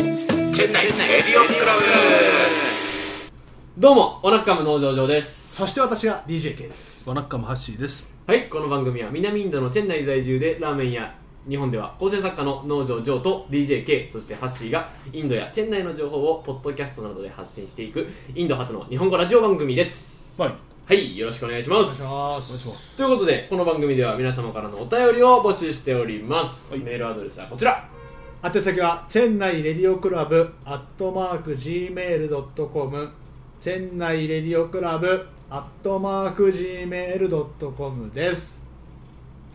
店内エリオンクラどうも、おなっかむ農場上です。そして私が DJK ですワナッカムハッシーです。はい、この番組は南インドの店内在住でラーメン屋、日本では構成作家の農場上と DJK、そしてハッシーがインドやチェン内の情報をポッドキャストなどで発信していくインド初の日本語ラジオ番組です。はい。はい、よろしくお願いします。お願いします。ということで、この番組では皆様からのお便りを募集しております。メールアドレスはこちら。宛先はチェンナイレディオクラブアットマーク Gmail.com チェンナイレディオクラブアットマーク Gmail.com です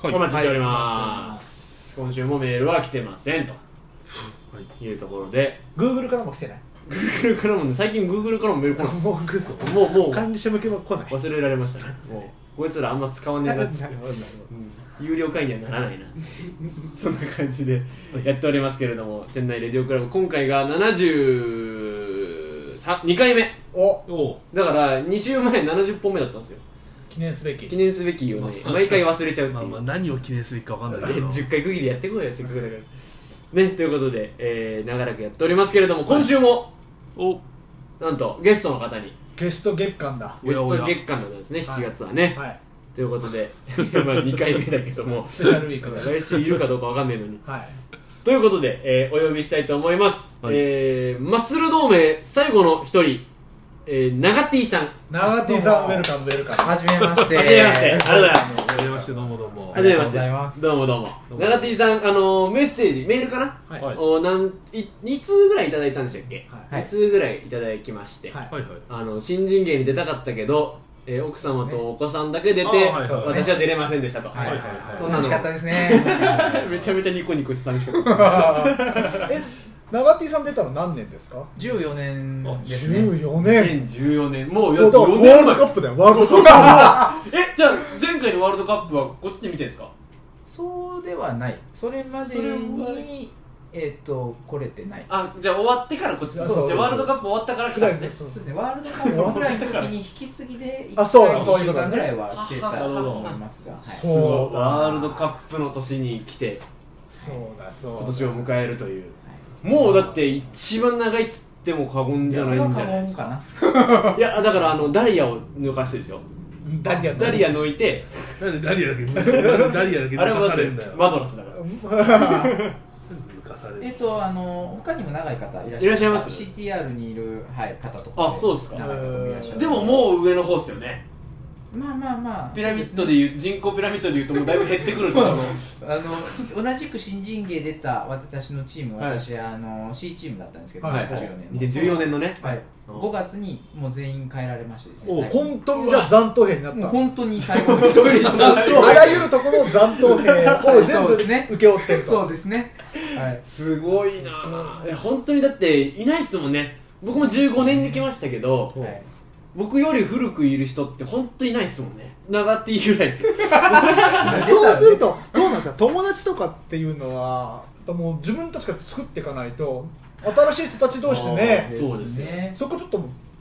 はい。お待ちしております、今週もメールは来てませんというところで Google からも来てない Google からもね最近 Google からもメール来ないですもうグもうもう管理者向けは来ない忘れられましたねもうこいつらあんま使わねなえんなかっつっなてるほどなる有料会員にはならないなそんな感じでやっておりますけれどもチェンナイレディオクラブ今回が732回目ほどおおおだから2週前70本目だったんですよ記念すべき記念すべきよねまあ毎回忘れちゃうう。ってまあいうまあ何を記念すべきかわかんないけで ど。 10回区切りやってこいよせっかくだからねということで、えー長らくやっておりますけれども今週もお。なんとゲストの方にゲスト月間だゲスおトやおや月間なんですね7月はね、はいということで まあ2回目だけどもスペシャルウィークで来週いるかどうかわかんないのにはいということで、えーお呼びしたいと思います、はいえーマッスル同盟最後の一人、えー、長 T さんは長 T さんウェルカムウェルカムはじめまして。はじめましてありがとうございますはじめましてどうもどうも。ありじがめましとうごてざいますどうもどうもどうも長 T さんあのーメッセージメールかな、はいはいおなんい2通ぐらいいただいたんでしたっけ、はい2通ぐらいいただきまして、はいはいはい。あの新人芸に出たかったけど、えー奥様とお子さんだけ出て、そうですねあーはいはい私は出れませんでしたと、はいはいそはんなの楽しかったです ね。 めちゃめちゃニコニコして寂しかったですいえ長 T さん出たの何年ですか14年ですね。 14年2014年もうやだっかとらワ4ー年ルド前カップだよワールドカッえじゃあ前回のワールドカップはこっちで見てんですかそうではない。それまでそれまでに、えっと、来れてない。あじゃあ終わってからこっちそうそうそうじゃあワールドカップ終わったから来たんですねプそうですね、ワールド カップぐらいの時に引き継ぎで、あそうだ1そういう回2週ことね間ぐらいは出たあなとるほど思いますが。はいそうだワールドカップの年に来てそうだそうだ今年を迎えるというはいもうだって一番長いっつっても過言いじゃやなそいれはんじ過ゃないです言かかな。いやだからあのダリアを抜かしてですよダリアダリア抜いてなんでダリアだけダリアだけあれ抜はかださってれるんだよ。マドラスだから抜かされえるっ。と、あの、他にも長い方いらっしゃいらっしゃいます CTR にいる、はい、方とか。あそうですか長い方もいらっしゃる。でももう上の方ですよねう、まあまあまあ。ピラミッドでいう人口ピラミッドでいうともうだいぶ減ってくると思うあの同じく新人芸出た私のチーム、はい私あの C チームだったんですけど、はい2014年の2014年のねはい、うん5月にもう全員変えられましてですおね最後本当にじゃあ残党兵になっもうた本当に最後の一人残党 あらゆるところの残党兵を全そう部ですね請け負ってるそとうですね、はい、すごいなあいや本当にだっていないっすもんね僕も15年に来ましたけど、はい僕より古くいる人って本当いないっすもんね長 T ぐらいですよそうするとどうなんですか友達とかっていうのはもう自分たちが作っていかないと新しい人たち同士でねそうですよねそこちょっと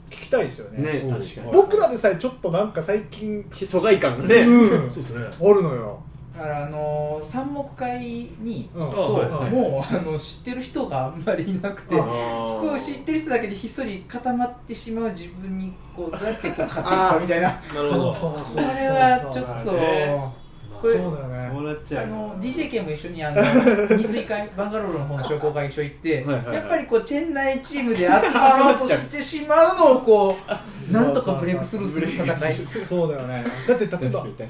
聞きたいですよ ねねうん確か僕らでさえちょっとなんか最近に疎外感がね、うんそうですね。あるのよだからあの三目会にうんと、はいはいもうあの知ってる人があんまりいなくてあここう知ってる人だけでひっそり固まってしまう自分にこうどうやってこう勝っていくかみたいななるほど。そうそうそそうれはちょっと、こそうれだよねうなっちあの DJK も一緒 にあの二水会バンガロールの方の商工会議所行ってはいはいはいやっぱりこうチェン内チームで集まろうとしてしまうのをこ うなんとかブレイクスルーする戦いそうだよねだって例えば確かに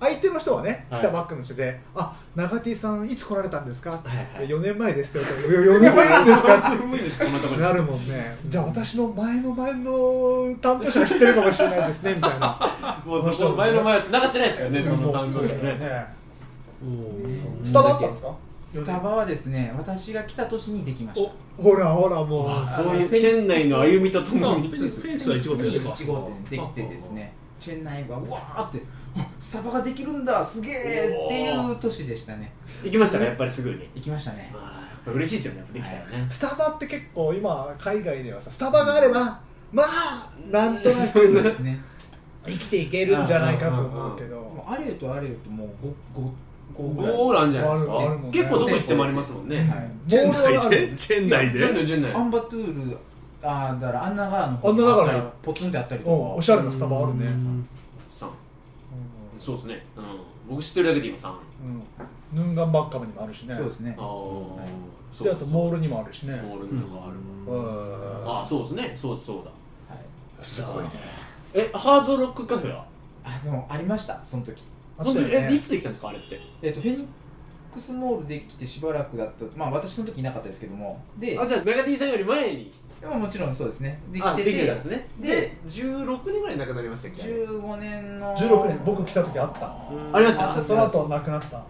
相手の人はね、はい来たばっかの人で「あ長 T さんいつ来られたんですか?」はいはい4年前です」って言われて「4年前なんですか?」無理ですこんなとこっろでてなるもんねじゃあ私の前の前の担当者が知ってるかもしれないですねみたいなもうそこ前の前は繋がって ないですからねその担当者がねねうんスタバあったんですかスタバはですね私が来た年にできましたほらほらもうあそういうチェン内の歩みとともにフェイスフェイスは1号店ですか1号店できてですねチェン内はうわーってあスタバができるんだすげえっていう年でしたね行きましたかやっぱりすぐに行きましたねまあやっぱ嬉しいですよねやっぱできたよねスタバって結構今海外ではさスタバがあればまあなんとなくそうですね生きていけるんじゃないかと思うけどもうあれよとあれよともう 5, 5 5ぐらいゴールあるんじゃないですあるあかるもんね結構どこ行ってもありますもんはねいボールはあるチェン内で全部全部アンバトゥールあーだからアンナ川のアンナ川のあったりポツンってあったりとうかんおしゃれなスタバあるねさんそうですね、うん、僕知ってるだけで今3あうんヌンガンバッカムにもあるしねそうですねあーそうであとモールにもあるしねモールとかあるうんああそうですねそうだそうだはいすごいねえハードロックカフェはあでもありましたその時あっそのたよ時えいねつできたんですかあれってえっ、とフェニックスモールできてしばらくだったまあ私の時いなかったですけどもであじゃあメガティさんより前にまあもちろんそうですねであきでてきててたんですねでで16年ぐらい亡くなりましたっけあれ15年の16年僕来た時あったありましたあったその後なくなった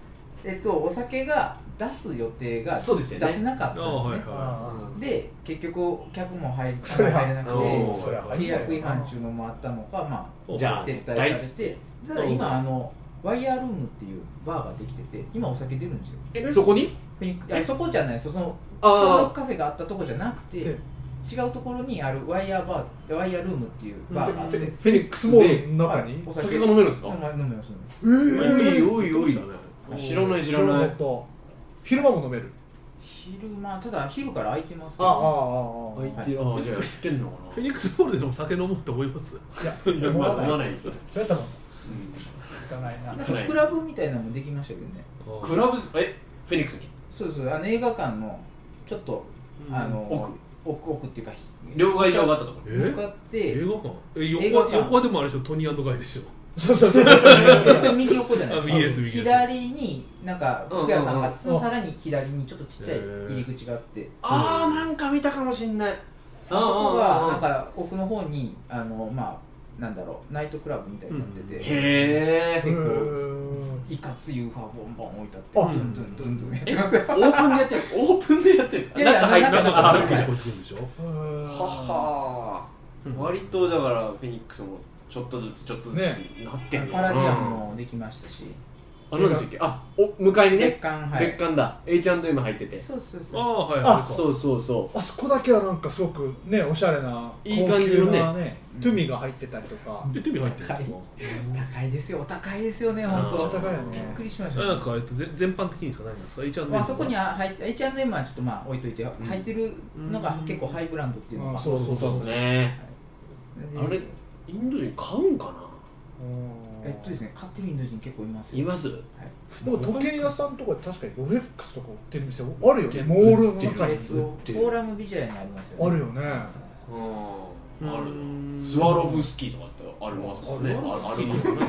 えっとお酒が出す予定がそうですよね出せなかったんあですあはいねはで結局客も入りそりゃ入れなくおーてそりゃ入契んない約違反中のもあったのかまあいじゃあ撤退第一されてただ今あのワイヤールームっていうバーができてて今お酒出るんですよえそこにフェニックいやそこじゃないその登あ録カフェがあったとこじゃなくて違でうところにあるワイヤーバーワイヤールームっていうバーがあってフェニックスモールの中におあ酒が飲めるんですか飲め飲めます飲おいおいおい知らない知らないと昼間も飲めるめ昼間ただ昼から空いてますあけああどあねあああいてあじゃあ知ってんのかフェニックスボールでも酒飲もうと思いますいやないや思まわあな飲まいないですそれ多分行かないななんかクラブみたいなのもできましたけどねクラブえフェニックスにそうそうあの映画館のちょっとあの奥奥奥っていうか両替場があったところえ向かっ映て画館え映画横館横でもあれでしょトニーガイでしょそうそうそうそうでそれ右横じゃないあ右でですすか右です左になんか服屋さんがあってそうんうんうんのさらに左にちょっとちっちゃい入り口があってああなんか見たかもしんないあそこがなんか奥の方にあのまあなんだろうナイトクラブみたいになってて、へえ結構うんいかつい UFO ボンボン置いてあってあドゥンドゥンドゥンドゥンやってえオープンでやってるオープンでやってるいやいや中入って中中入中って中る聞こえてくるんでしょうんははうん割とだからフェニックスもちょっとずつちょっとずつねなってるパラディアムももできましたし、あ何でしたっけあお向かいに別ね館はい別館だ H&M 入っててそうそうあそうあはいあれかそうそうそあそこだけはなんかすごくねおしゃれないい感じのね高級なねトゥミが入ってたりとかえ手に入ってるんですか高いですよお高いですよね本めっ当ちゃ高いよねびっくりしまし何なたんですかえっとぜ全般的にですか何なんですか H&M まあそこには入って H&M はちょっとまあ置いといて、ん入ってるのが結構ハイブランドっていうのあが、そうそううそううですねであれインド人買うんかなうんえっとですね買ってるインド人結構いますいよますでも時計屋さんとかで確かにロレックスとか売ってる店あるよねモールの中えにっと売フってォるーラムビジャヤにありますよねあるよねうんあうるんスワロフスキーとかってありますねあ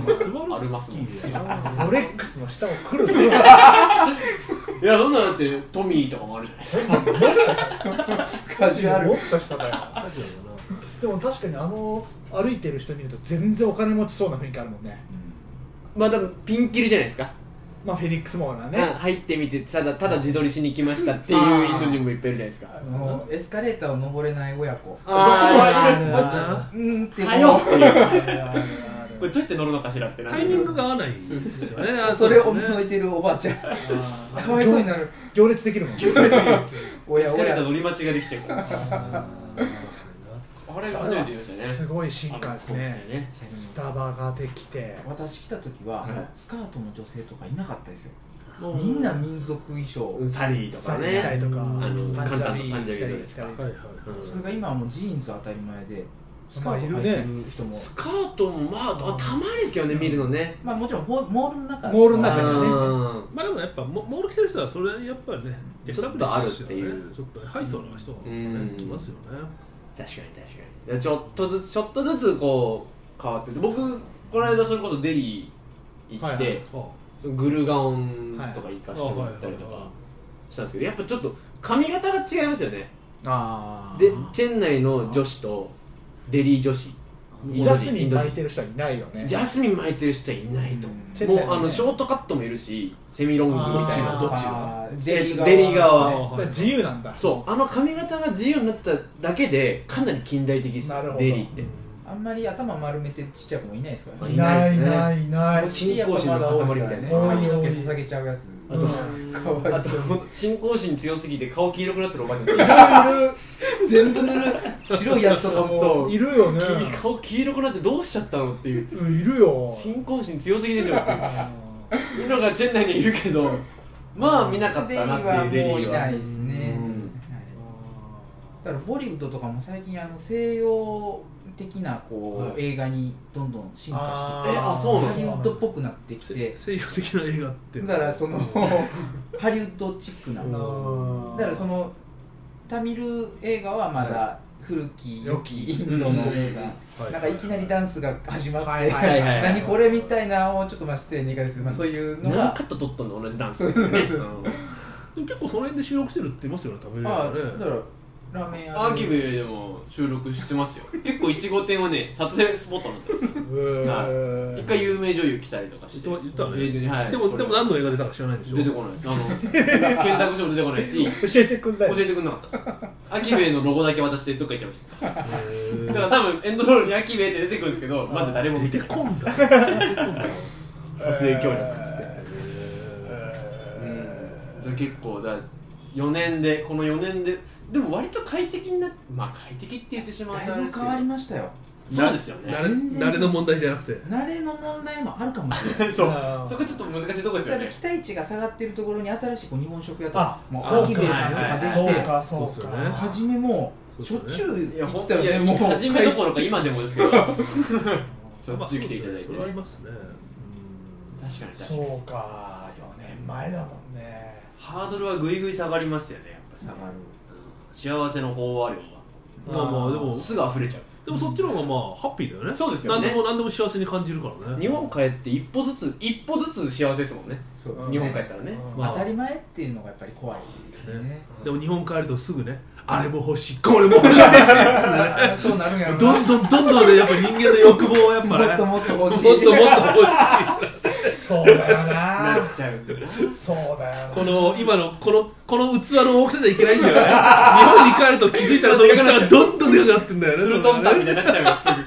るスワロありフますスもキんーロレックスの下を来るのいやそんなのだってトミーとかもあるじゃないですかカジュアルもっと下だよでも確かにあの歩いてる人見ると全然お金持ちそうな雰囲気あるもんねまあ多分ピンキリじゃないですかまあフェニックスモールはうんね入ってみてただただ自撮りしに来ましたっていうインド人もいっぱいいるじゃないですかあのエスカレーターを登れない親子あーもうちょっとうんってはよっていうあるあるあるこれどうやって乗るのかしらってなタイミングが合わないですよねあそれをうですね覗いてるおばあちゃんあーかわいそうになる行列できるもんねおやエスおカレーやター乗り間違いができちゃうからあー確かになあれが初めて見ましたねすごい進化ですあのそうねねスタバができて私来た時はいはスカートの女性とかいなかったですようみんな民族衣装サリーとサかリー着たりねとかのパンジャビ簡単なパンージャビ着たーりですか着はたいはりいそれが今はもうジーンズ当たり前でスカまあーいトる履いねてる人もスカートもまああたまにですけどね見るのねまあもちろんモモールの中モールうんの中でねまあでもやっぱモモール来てる人はそれやっぱりねエスタブリッシュですよねちょっとねハイソーな人がうんね来ますよね確かに確かにいやちょっとずつちょっとずつこう変わってて僕この間それこそデリー行って、はいはいああグルガオンとか行かしてもらったりとはいはいはいかはしたんですけどやっぱちょっと髪型が違いますよねあーでチェン内の女子とデリー女子インド人ジャスミン巻いてる人はいないよねジャスミン巻いてる人はいないとチェもン内うあののねショートカットもいるしセミロングみたいあなーどっちあーえデっリと側デリ側ですだねから自由なんだそうあの髪型が自由になっただけでかなり近代的ですなるほどデリーってあんまり頭丸めてちっちゃい子もいないですからうねいないいないいない信仰心の塊みたいなね髪の毛捧げちゃうやつあと、かわあいとそう信仰心強すぎて顔黄色くなってるおばあちゃん全部塗る白いやつとかもそういるよ ね君顔黄色くなってどうしちゃったのっていううんいるよ信仰心強すぎでしょっていううんいるのがチェン内にいるけどまあ見なかっデリたなーっはていうデもうリーいはないですね、うんはいだからボリウッドとかも最近あの西洋的なこう、はい映画にどんどん進化してえあそうきなてんですハリかウッドっぽくなってきてせ西洋的な映画ってだからそのハリウッドチックなうんだからそののタミル映画はまはだ古き良良ききインドの映画、はいなんかいきなりダンスが始まって、はいはいはいはい何これみたいなのをちょっとまあ失礼に言い方ですけど、まあ、そういうの何がカット取ったの同じダンスそうそうそうでも結構その辺で収録してるって言いますよね食べれるあかだからねラーメン屋アーキブでも収録して ますよ結構いちご店はね撮影スポットになってますよ一回有名女優来たりとかして言ってたえねーはいでもでも何のの映画出たか知らないんでしょ出てこないですあ の検索しても出てこないし教えてくんな教いえてくれなかったですアキベイのロゴだけ渡してどっか行っちゃいましたへーだから多分エンドロールにアキベイって出てくるんですけどまだ誰も見て出なていこんだ撮影協力っつってえうん結構だ4年でこの4年ででも割と快適になってまあ快適って言ってしまうだとあれいでぶすけ変どわりましたよそうですよね慣れ慣れの問題じゃなくて慣れの問題もあるかもしれないそうあーそこちょっと難しいとこですよだかねら期待値が下がってるところに新しいこう日本食屋とかあもうそうアかキベイさんとかーでそうきてかそうそうですよねか初めもうしそょうっですちゅよういや行っ本た当よにねもう初めどころか今でもですけどしょまっあちゅう来ていただいてそねれはありますね確かに確かにそうか4年前だもんねハードルはぐいぐい下がりますよねやっぱり下さがるうん幸せの飽和量うんまあまあでもがすぐ溢れちゃうでもそっちの方がまあハッピーだよねそうですよね何でも何でも幸せに感じるからね日本帰って一歩ずつ一歩ずつ幸せですもんねそうでです日ねす本帰ったらねうんまあ当たり前っていうのがやっぱり怖いですねでも日本帰るとすぐねあれも欲しいこれも欲しいそうなるんやろなどんどんどんどんねやっぱ人間の欲望はやっぱもっねともっもっとと欲しいもっと欲しそうだよな なっちゃうんだそうだよいなこの今のこのこの器の大きさじゃいけないんだよね日本に帰ると気づいたらその器がどんどんでかくなってんだよねツルトンそタンれみねたいになっちゃうよ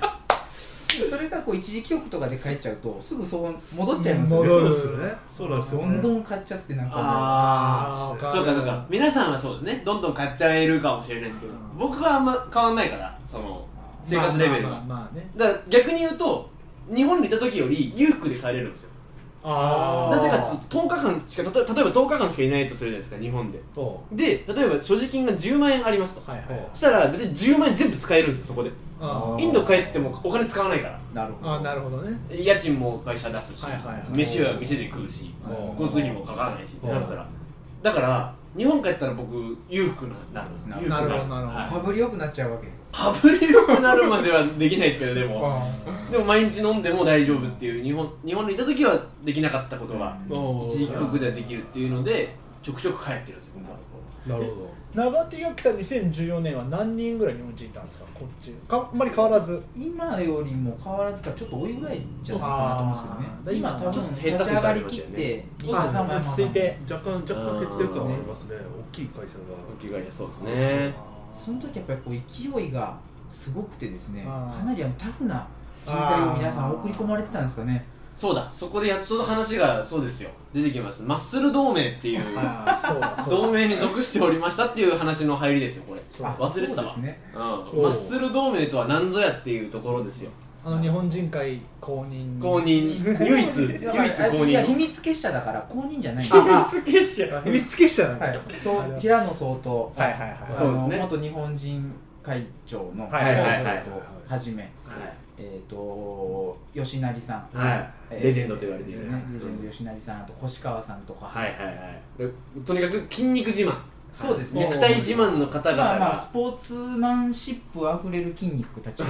すぐそれがこう一時帰国とかで帰っちゃうとすぐそう戻っちゃいます戻よそねうですよねそうなんですよどんどん買っちゃってなんかもああーわあるそうかそうか皆さんはそうですねどんどん買っちゃえるかもしれないですけどうん僕はあんま変わんないからその生活レベルが、まあまあまあまあねだから逆に言うと日本にいた時より裕福で帰れるんですよあなーぜかつ10日間しかたと例えば10日間しかいないとするじゃないですか日本でそで例えば所持金が10万円ありますとはいはいそしたら別に10万円全部使えるんですよそこであインド帰ってもお金使わないからうなるほーあどーなるほどね家賃も会社出すし、はいはいはい飯は店で食うしあー交通費もかからないしってはいなったらだから日本帰ったら僕裕福なななるる裕福なるほどなるほどはい羽振り良くなっちゃうわけ羽振り良くなるまではできないですけどでもでも毎日飲んでも大丈夫っていう日本日本にいた時はできなかったことがうお一時帰ー国ではできるっていうのでちょくちょく帰ってるんですよ僕はなるほど長手が来た2014年は何人ぐらい日本人いたんですかこっちかあんまり変わらず今よりも変わらずかちょっと多いぐらいじゃないかなと思うんですけどねあ今ー多分ちょっと立減ったち説上あがりりまきすっよねてまあ23落ち着いて若干若干欠力感はありますね大きい会社大がきい会社そうですねその時やっぱりこう勢いがすごくてですねあーかなりあのタフな人材を皆さん送り込まれてたんですかねそうだそこでやっと話がそうですよ出てきますマッスル同盟っていうあーそうだそうだ同盟に属しておりましたっていう話の入りですよこれそうあ忘れてたわそうですねうん、マッスル同盟とは何ぞやっていうところですよあの日本人会公認公 認唯一唯一だから公いや秘認密結社だから公認じゃないんですあ秘密結社秘密結社なんはでいす、そう平野総統、かはいはいはいあそうでのすね元日本人会長のはいはいはいはい平野総統をはじめ、えー、と吉成さん、はいえレジェンドと言われていでるすね、レジェンド吉成さん、あと越川さんとか、はいはいはいでとにかく筋肉自慢そうですね、肉体自慢の方々まあまあ、がスポーツマンシップあふれる筋肉たち が、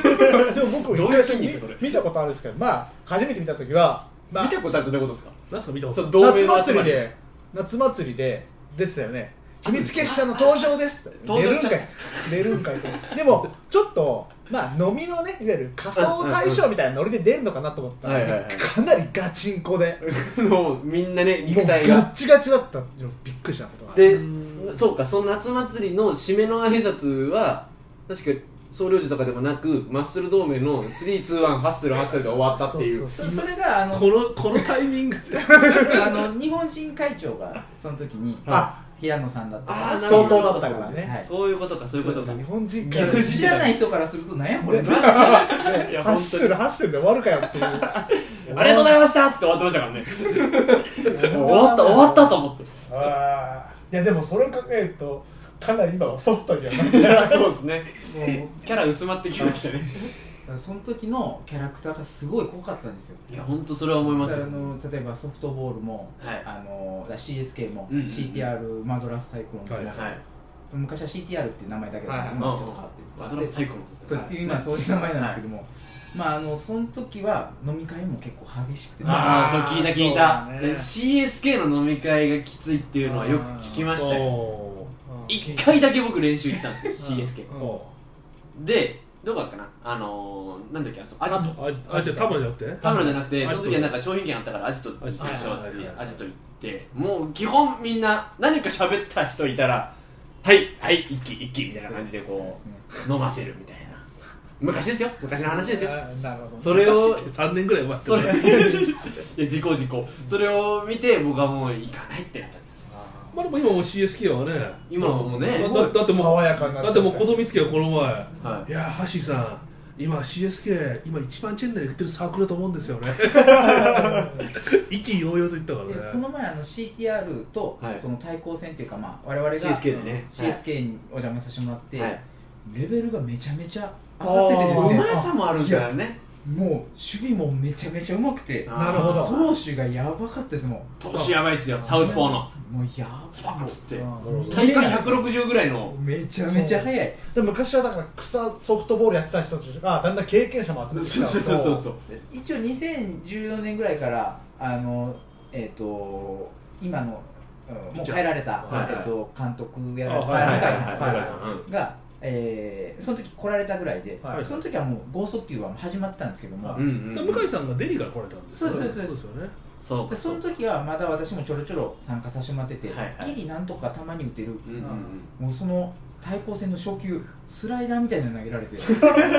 でも僕どう一いう回筋肉見それ見たことあるんですけどまあ初めて見た時は、まあ見、たことあるってどういうことですか 何すか見たこそとの同盟夏の集祭まりりで夏祭りで出てたよね秘密結社の登場ですって登寝場るしんちゃかっい寝るんかいってでもちょっとまあ飲みのねいわゆる仮装大賞みたいなノリで出るのかなと思ったら、はいはいはいかなりガチンコでもうみんなねもう肉ガ体ッがチガチだったのびっくりしたことがでうんそうかその夏祭りの締めの挨拶は確か総領事とかでもなくマッスル同盟の321ハッスルハッスルで終わったっていうそそそれがあ のこのこのタイミングであの日本人会長がその時に、あ平野さんだったあーなる相ほど当だったからね、はいそういうことかそういうことか日本人から逆知らない人からすると何やこれねいやハッ本スルハッスルで終わるかよっていう当にありがとうございましたっつって終わってましたからねもう終わった終わったと思ってあーいやでもそれを考えるとかなり今はソフトにはなっいて やそうですねもうキャラ薄まってきましたねだから その時のキャラクターがすごい濃かったんですよ いや本当それは思いまだかすらよあの例えばソフトボールも、はいあのだから CSK も、うんうんうん CTR マドラスサイクロンズも、はいはい昔は CTR っていう名前だけだったんですけど、はいちょっと変わってるマドラス最高ですそうです今はそういう名前なんですけども、まああのその時は飲み会も結構激しくて、あああーそう聞いた聞いた、そうだね CSK の飲み会がきついっていうのはよく聞きましたよ一回だけ僕練習行ったんですよ CSK でどこだっかなあのー、なんだっけあそこアジトあじあじゃあタマじゃなくて田村じゃなくてアそジトの時はなんか商品券あったからアジトアジトアジトはいはいはいアジト行ってもう基本みんな何か喋った人いたらはいはい一気一気みたいな感じでそうこですねう飲ませるみたいな昔ですよ昔の話ですよなるほどそれを3年ぐらい待そっれ てねいや事故事故それを見て僕はもう行かないってなっちゃったんですまあでも今も CSK はね今はもうねだだだってもう爽やかになっちゃだっっててもう小園光はこの前はいやーハッシーさん今 CSK 今一番チェンナイで売ってるサークルだと思うんですよ ね意気揚々と言ったでからこねの前あの CTR とはいその対抗戦というか、まあ、我々が CSK でね CSK にお邪魔させてもらって、はいレベルがめちゃめちゃ上がっててですうねまさもあるんですよねもう守備もめちゃめちゃうまくてあーなるほど投手がやばかったですもん投資やばいっすよサウスポーのもうやスパばーンっつってうん体感160ぐらいのめちゃめちゃ速いで昔はだから草ソフトボールやってた人たちがだんだん経験者も集めてきちゃうとう一応2014年ぐらいからあのえっ、と今の、うんもう変えられた、はいえっと監督やあられた、はいはい向井さんはい向井さんうんが、えーその時来られたぐらいで、はいその時はもう剛速球は始まってたんですけども、はういんうんで向井さんがデリーから来られたんですよねそうそうそうですよねそうかでそそうのか時はまだ私もちょろちょろ参加させてもらってて、はいはいギリなんとかたまに打てるうんうんうんもうその対抗戦の初球スライダーみたいなの投げら れて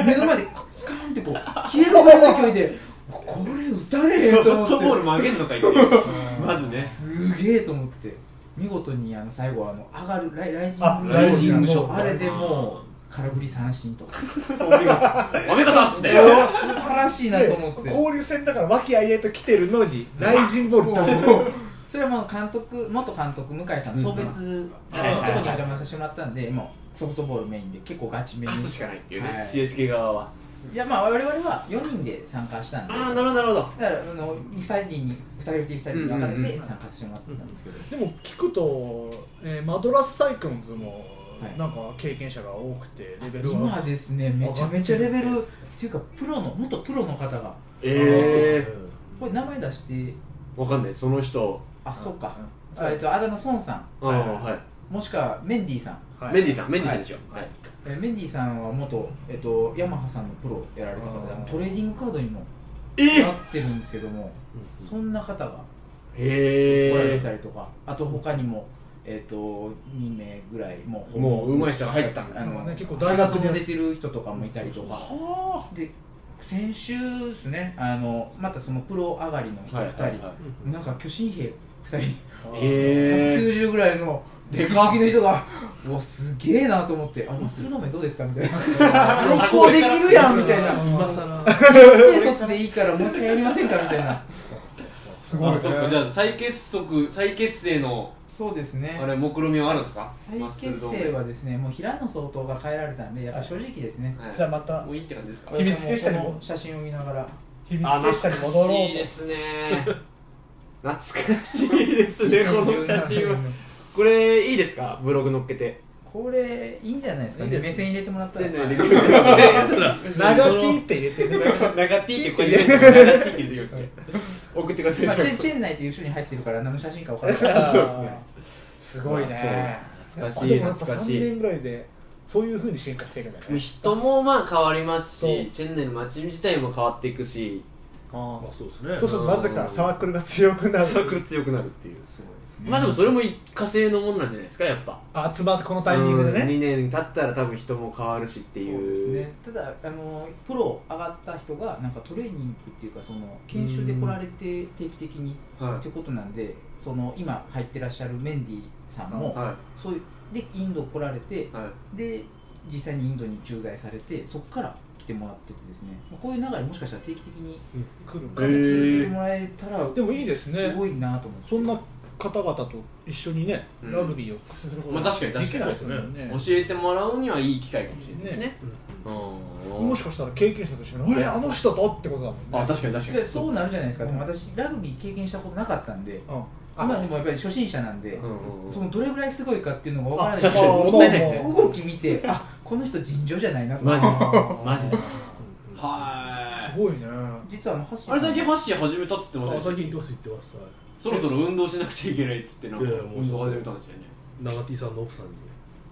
目の前でスカーンってこう消えるぐらいの勢いでこれ打たれへんとソフトボ思ーっル曲てげんのかいっていうまずねすげえと思って見事にあの最後はあの上がるライライジあングライジングショットあれでもう空振り三振とかおめ方っつってそれは素晴らしいなと思ってで交流戦だから和気あいあいと来てるのにライジンボールだもうそれはもう監督元監督向井さん送別うんあのとこにお邪魔させてもらったんでもうソフトボールメインで結構ガチめに勝つしかないっていうねはい CSK 側はいやまあ我々は4人で参加したんでああなるほどなるほどだからあの2人に2人と2人に分かれうんうんうてん参加させてもらってたんですけど、でも聞くと、えーマドラスサイクロンズもはいなんか経験者が多くてレベルは今ですねめちゃめちゃレベルっていうかプロの元プロの方がええこれ名前出してわかんないその人あそっか、うんあえっとあだ名孫さああはいんもしくはメンディーさんはいメンディーさんメンディーさんでしょはいはいえメンディーさんは元、えっと、ヤマハさんのプロやられた方であートレーディングカードにもえなってるんですけどもそんな方が来らへれえたりとか、あと他にも、えっと2名ぐらいもうもう上手い人が入ったんだあまのあね結構大学で出てる人とかもいたりとかはで先週ですねあのまたそのプロ上がりの人2人、なんか巨神兵2人、へえ190ぐらいのででかっかきの人がうわすげえなと思って「あマッスル同盟どうですか?」みたいな「最高できるやん」みたいな今さら「低卒でいいからもう一回やりませんか?」みたいなすごいあねそっかじゃあ再結束再結成のそうですねあれ目論みはあるんですか再結成はですねもう平野総統が変えられたんでやっぱ正直ですねはいじゃあまたもういいって感じですか秘密結社に私ももこの写真を見ながら秘密結社に戻ろうとすね懐かしいですねこの写真は2017これいいですかブログ載っけてこれいいんじゃないですかねいいですね目線入れてもらったら全然できるんですね長 T って入れてね長 T ってこういう長 T って言ってきますね送ってくださいまあ、チェン懐チェン内という書に入ってるから何の写真か分からな いそうですねすごいねかしい懐か3しい年ぐらいでそういうふうに進化していくんだね人もまあ変わりますそうしチェンネルの街自体も変わっていくしあまーあそうですねそうするとなぜかサークルが強くなるサークル強くなるっていうすごいですねまあでもそれも火星のものなんじゃないですかやっぱあ集まってこのタイミングでね2年経ったら多分人も変わるしっていうそうですねただあのプロ上がった人がなんかトレーニングっていうかその研修で来られて定期的にはってことなんでその今入ってらっしゃるメンディーさんいもはそういうでインド来られていはいで実際にインドに駐在されてそこから来てもらっててですねこういう流れもしかしたら定期的に来るへー聞いてもらえたらでもいいですねすごいなと思ってそんな方々と一緒にね、うんラグビーをすることまあ確かに確かにできないですもんね教えてもらうにはいい機会かもしれないですねうんもしかしたら経験者としてね「えあの人と!」ってことだもんねあ確かに確かでにそうなるじゃないですかでも私ラグビー経験したことなかったんでうんあ今でもやっぱり初心者なんでうんうんうんそのどれぐらいすごいかっていうのが分からないあ確かにあーもったいないですねまあま動き見てあこの人尋常じゃないなとマジあーマジであはすいごいね実はあのハッシーさんあれ最近ハッシー始めたって言ってましたあよ最近言ってます言ってますはいそろそろ運動しなくちゃいけないっつってなんかいやいやもう運動始めたんですよね長 T さんの奥さんに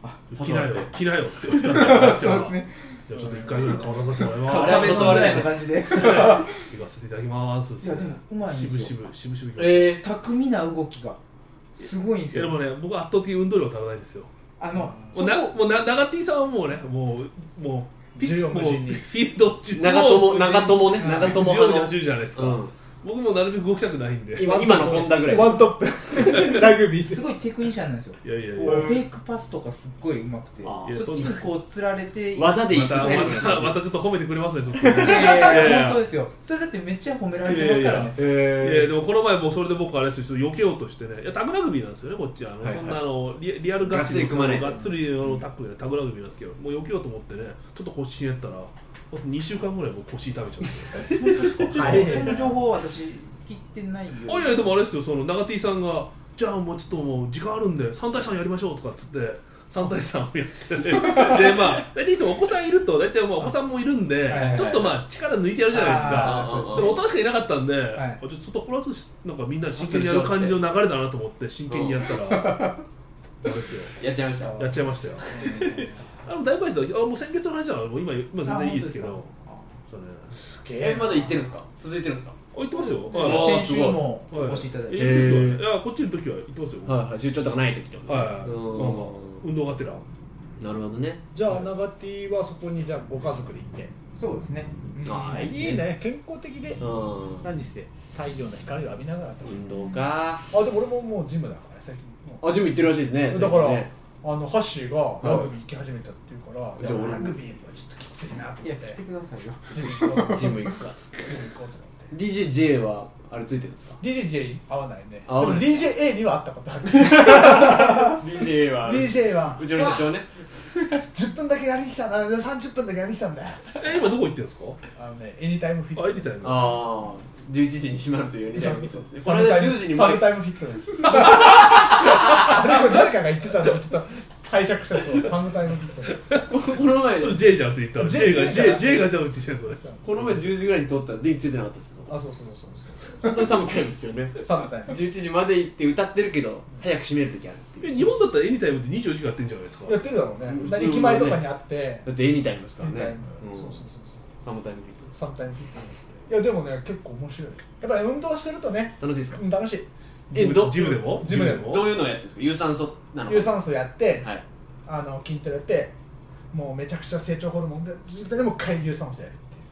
あ着なよ誘われて着なよって言われたんだそうですねじゃあちょっと一回ぐらい顔出させてもらいあまれは誘す壁さんぐわれないらいのの感じで行かせていただきますいやでもうまいん渋ですよ々渋々行きますええ巧みな動きがすごいんですいやでよもね僕は圧倒的に運動量足らないんですよあのもそうなこもうな長 T さんはもうねもうもう縦横無尽にもうフィールド中長友長友ねうん長友ジ派オジの走るじゃないですか、うん僕もなるべく動きたくないんでい今今の本田ぐらいワントップ ラグビーすごいテクニシャンなんですよやいやいこうやフェイクパスとかすっごいうまくてあーそっちにこう釣られて技でいまくタたイプまたまたちょっと褒めてくれますねちょっとねいやいやいやいいやや本当ですよそれだってめっちゃ褒められてますからねいやえでもこの前もうそれで僕あれですよちょっと避けようとしてねいやタグラグビーなんですよねこっちあの、はいはいそんなあのリリアルガがっつチりの組まないとがっつりのタックルでタグラグビーなんですけどもう避けようと思ってねちょっと腰ひねったら2週間ぐらいもう腰痛めちゃってはいその情報は私聞いてないよあいやでもあれですよその長 T さんが「じゃあもうちょっともう時間あるんで3対3やりましょう」とかっつって3対3をや っててでまあ大体いつもお子さんいると大体もうお子さんもいるんで、はいはいはいちょっとまあ力抜いてやるじゃないですあーかそうでそーうも大人しかいなかったんで、いあちょっとこれはちょっとなんかみんなで真剣にやる感じの流れだなと思って真剣にや ったら、あれですよやっちゃいましたやっちゃいましたよあの大倍ですよあもう先月の話だからもう今今全然いいですけあ本どそうねえまだ行ってるんですか続いてるんですかあ言ってますよ、本あ当ーですか先週もお越しいただいえてーいやこっちいる時は言ってますよ、はいはい出張とかない時ってことはい、うまあまあん運動がてらなるほどねじゃあ長 T はそこにじゃあご家族で行ってそうですねあーいいねいいね健康的でうん何して太陽の光を浴びながらとか運動かあでも俺ももうジムだからね最近もうあジム行ってるらしいですねだから、最近ねあのハッシーがラグビー行き始めたっていうから、いいやじゃあ俺もラグビーもちょっときついなと思いやっ来ててくださいよジム行こうと思ってジム行くかっつってジム行こうと思って DJJ はあれついてるんですか DJJ に合わないねで合わもない DJA には会ったことある DJ は DJ はうちの社長ね10分だけやりに来たんだ30分だけやりに来たんだよつってえ今どこ行ってるんですかあのねエニタイムフィッあトみたいなああ11時に閉まるというねそうそうですねこサのブ間タイ10ム時にサ毎ブタイムフィットです あれこれ誰かが言ってたのをちょっと拝借したそうサブタイムフィットですこの前それ J じゃなくて言ったら J が J J J, J がじゃなくて言ってるんですよこの前10時ぐらいに通ったら電気ついてなかったですよあそうそうそうそうそ本当に寒かったんですよ ねうサブタイム11時まで行って歌ってるけど早く閉める時あるってえいう日本だったらエニタイムって24時間やってんじゃないですかやってるだろうねうんだから駅前とかにあってだってエニタイムですかエらニタイねム、うんそうそうそうサムタイムフィットでそうサブタイムフィットですいやでもね結構面白いやっぱ運動してるとねす楽しいですかうん楽しいジムえどジムでもジムでもどういうのをやってるんですか有酸素なのか有酸素やってはいあの筋トレやってもうめちゃくちゃ成長ホルモンででも回有酸素やるっていう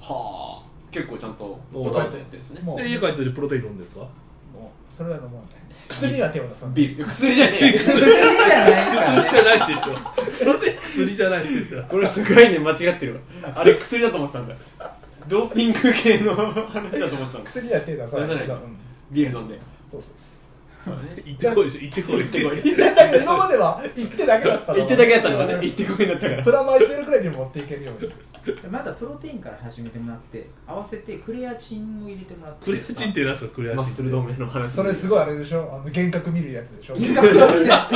はあ結構ちゃんとお答えてやってるんですねもうで家帰ってプロテイン飲むんですかもうそれは飲まない薬には手を出さないビール薬じゃねえよそれじゃないですからね薬じゃないって言ってたプロテイン薬じゃないって言ってたこれす概念間違ってるわあれ薬だと思ってたんだドーピング系の話だと思ってたんです薬には手を出さない出さないうんビール飲んでそうそうそ行ってこいでしょ行ってこい行ってこいうだけど今までは行ってだけだったの行ってだけやったんだねうん行ってこいになったから プラマイゼロくらいに持っていけるようにまずはプロテインから始めてもらって合わせてクレアチンを入れてもらってクレアチンって何ですかクレアチンマッってスル同盟の話それすごいあれでしょあの幻覚見るやつでしょ輪郭が出てます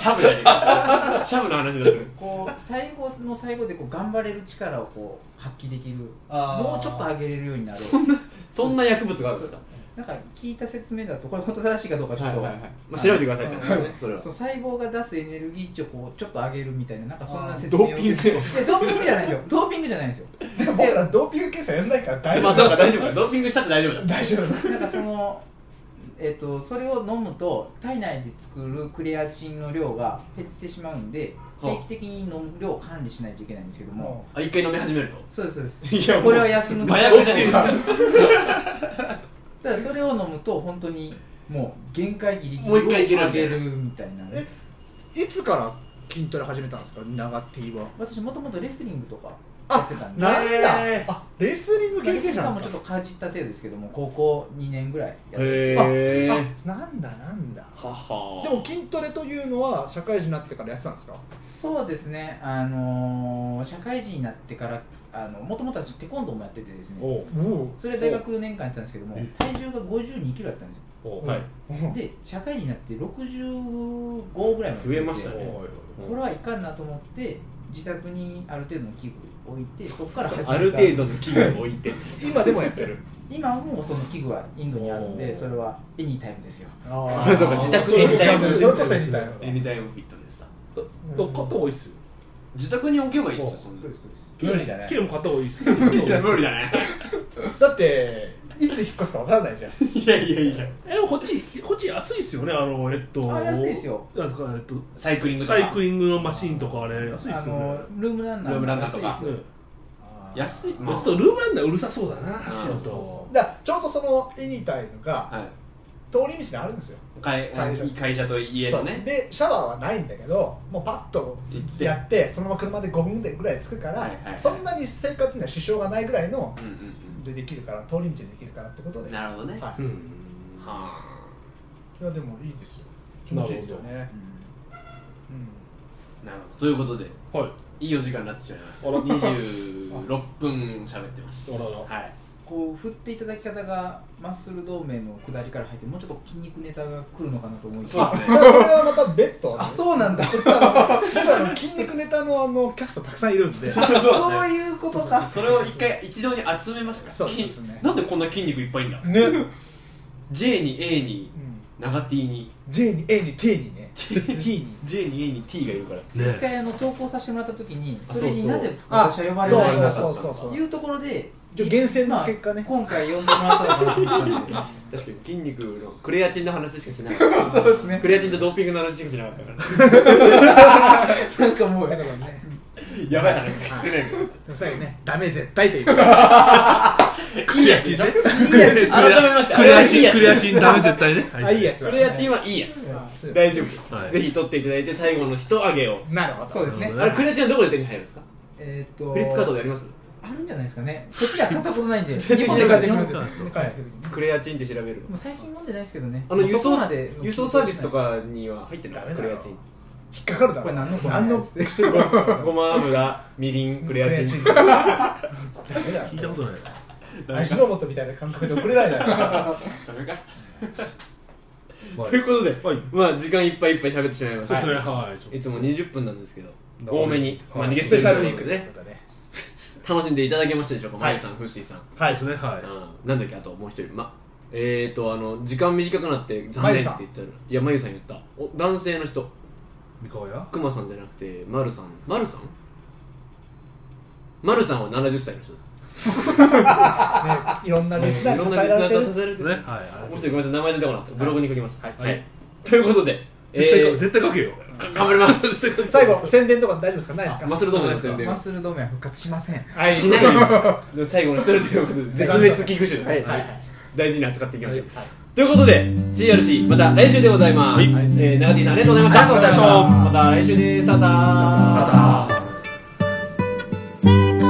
シャブじゃねえかシャブの話だったこう最後の最後でこう頑張れる力をこう発揮できるあーもうちょっと上げれるようになるそんなそんな薬物があるんですかなんか聞いた説明だとこれ本当正しいかどうかちょっと、はいはいはいまあ調べてくださいってことねうんそれはう細胞が出すエネルギー値をこうちょっと上げるみたいななんかそんな説明ドをーピングいやドーピングじゃないですよドーピングじゃないですよでも僕らドーピング検査やらないから大丈夫まあそうか大丈夫だドーピングしたって大丈夫だ大丈夫なんかその、えっと、それを飲むと体内で作るクレアチンの量が減ってしまうんではあ定期的に飲む量を管理しないといけないんですけども、あ一回飲み始めるとそうですそうですいやもうこれは休む麻薬じゃねえかただそれを飲むと本当にもう限界ギリギリもう一回いけをる上げるみたいなえいつから筋トレ始めたんですか長 T は私もともとレスリングとかやあってたんでなんだ、へーあレスリング経レス験リン者グはなもんうですちょっかとかじった程度ですけども高校2年ぐらいやってへえあなんだなんだははでも筋トレというのは社会人になってからやってたんですかそうですねあのー社会人になってからあのもともと私テコンドーもやっててですねおうおおそれ大学4年間やったんですけども体重が5 2キロだったんですよおうはいで社会人になって65ぐらいまで増えましたてねこれはいかんなと思って自宅にある程度の器具を置いてそこから始めたある程度の器具を置いて今でもやってる今はもうその器具はインドにあるんおでーそれはエニタイムですよああそうか自宅エニタイムそれこそエニタイムエニタイムフィットネスだだだから買った方がいいっすよ自宅に置けばいいんですよそんなそうですそうです無理だねキレも買った方がいいっすいやよ無理だねだっていつ引っ越すかわからないじゃんいやいやいやえでもこっちこっち安いっすよねあのえっとあ安いっすよなんかえっとサイクリングとかサイクリングのマシンとかあれ安いっあすよねのルームランナールームランナーとか安いですよね 安いまあちょっとルームランナーうるさそうだな走るそうとだからちょうどそのエニタイムがはい通り道にあるんですよ会会社会社と家のそうねでシャワーはないんだけどもうパッと行ってやってそのまま車で5分ぐらい着くから、はいはいはいそんなに生活には支障がないぐらいのうんうんでできるから通り道でできるからってことうでんなるほどねははい、ういんあやでもいいですよ気持ちいいですよね、うんなるほどということではいいいお時間になってしまいましたあら26分喋ってますあらはらいこう振っていただき方がマッスル同盟の下りから入ってもうちょっと筋肉ネタが来るのかなと思いそうですだからそれはまた別途あそうなんだあの僕あの筋肉ネタのあのキャストたくさんいるんでそうそういうことかそれを一回一堂に集めますかそうですね筋なんでこんな筋肉いっぱいいんだね、うん、 J に A に長 T に J に A に T にね T に J に A に T がいるから一ね回あの投稿させてもらった時にあそれにそうそなうぜ私は呼ばれないのかそうそうそうとそいううところでじゃあ厳選の結果ねまあ今回呼んでもらったら確かに筋肉のクレアチンの話しかしなかったそうですねクレアチンとドーピングの話しかしなかったからなんかもうだからねやばい話しかしてないからでも最後ねダメ絶対といういいやつでしょいいやつです改めましてクあれレはアいいチンやつクレアチンダメ絶対ねあいいやつクレアチンはいいやつあそう大丈夫です、はいぜひ取っていただいて最後の一上げをなるほどそうですねあれクレアチンはどこで手に入るんですかえーっとフリップカードでありますあるんじゃないですかねこっちでは買ったこと ないんで日本で買ってくるんでもで帰ってくる時にクレアチンって調べるのう最近飲んでないですけどねあのもう輸そこ送まで輸送サービスとかには入ってないダメだクよレアチン引っかかるだろこれ何のこれ何の薬ごま油みりんクレアチンダメだ聞いたことない味の素みたいな感覚で送れないだろダメかはいということで、はいまあ時間いっぱいいっぱい喋ってしまいましそうた、ですねはいちょっい、つも20分なんですけどだから多めに、まはいあ、逃げスペシャルウウィィーーククねね楽しんでいただけましたでしょうか、マイさんフッシーさん、とですねはいうん、なんだっけあともう一人まえーとあの時間短くなって残念って言ったらいやまゆさん言ったお男性の人三河屋くまさんじゃなくてまるさんまるさんまるさんは70歳の人ねいろんなリスナーいにろ支んえなリスナられーてるさん支えられてるねはいありがとうもう一人ごめんなさい名前出てこなかったブログに書きますはい、はいということで絶対えかー絶対書けよか頑張ります 最後宣伝とか大丈夫ですかないですかマスルドームの宣伝マッスル同盟は復活しませんはいし ないよでも最後の一人ということで絶滅危惧種です、はい大事に扱っていきましょう、ということで GRC また来週でございます、はいえー、長 T さんありがとうございましたありがとうございましたまた来週ですさよなら世界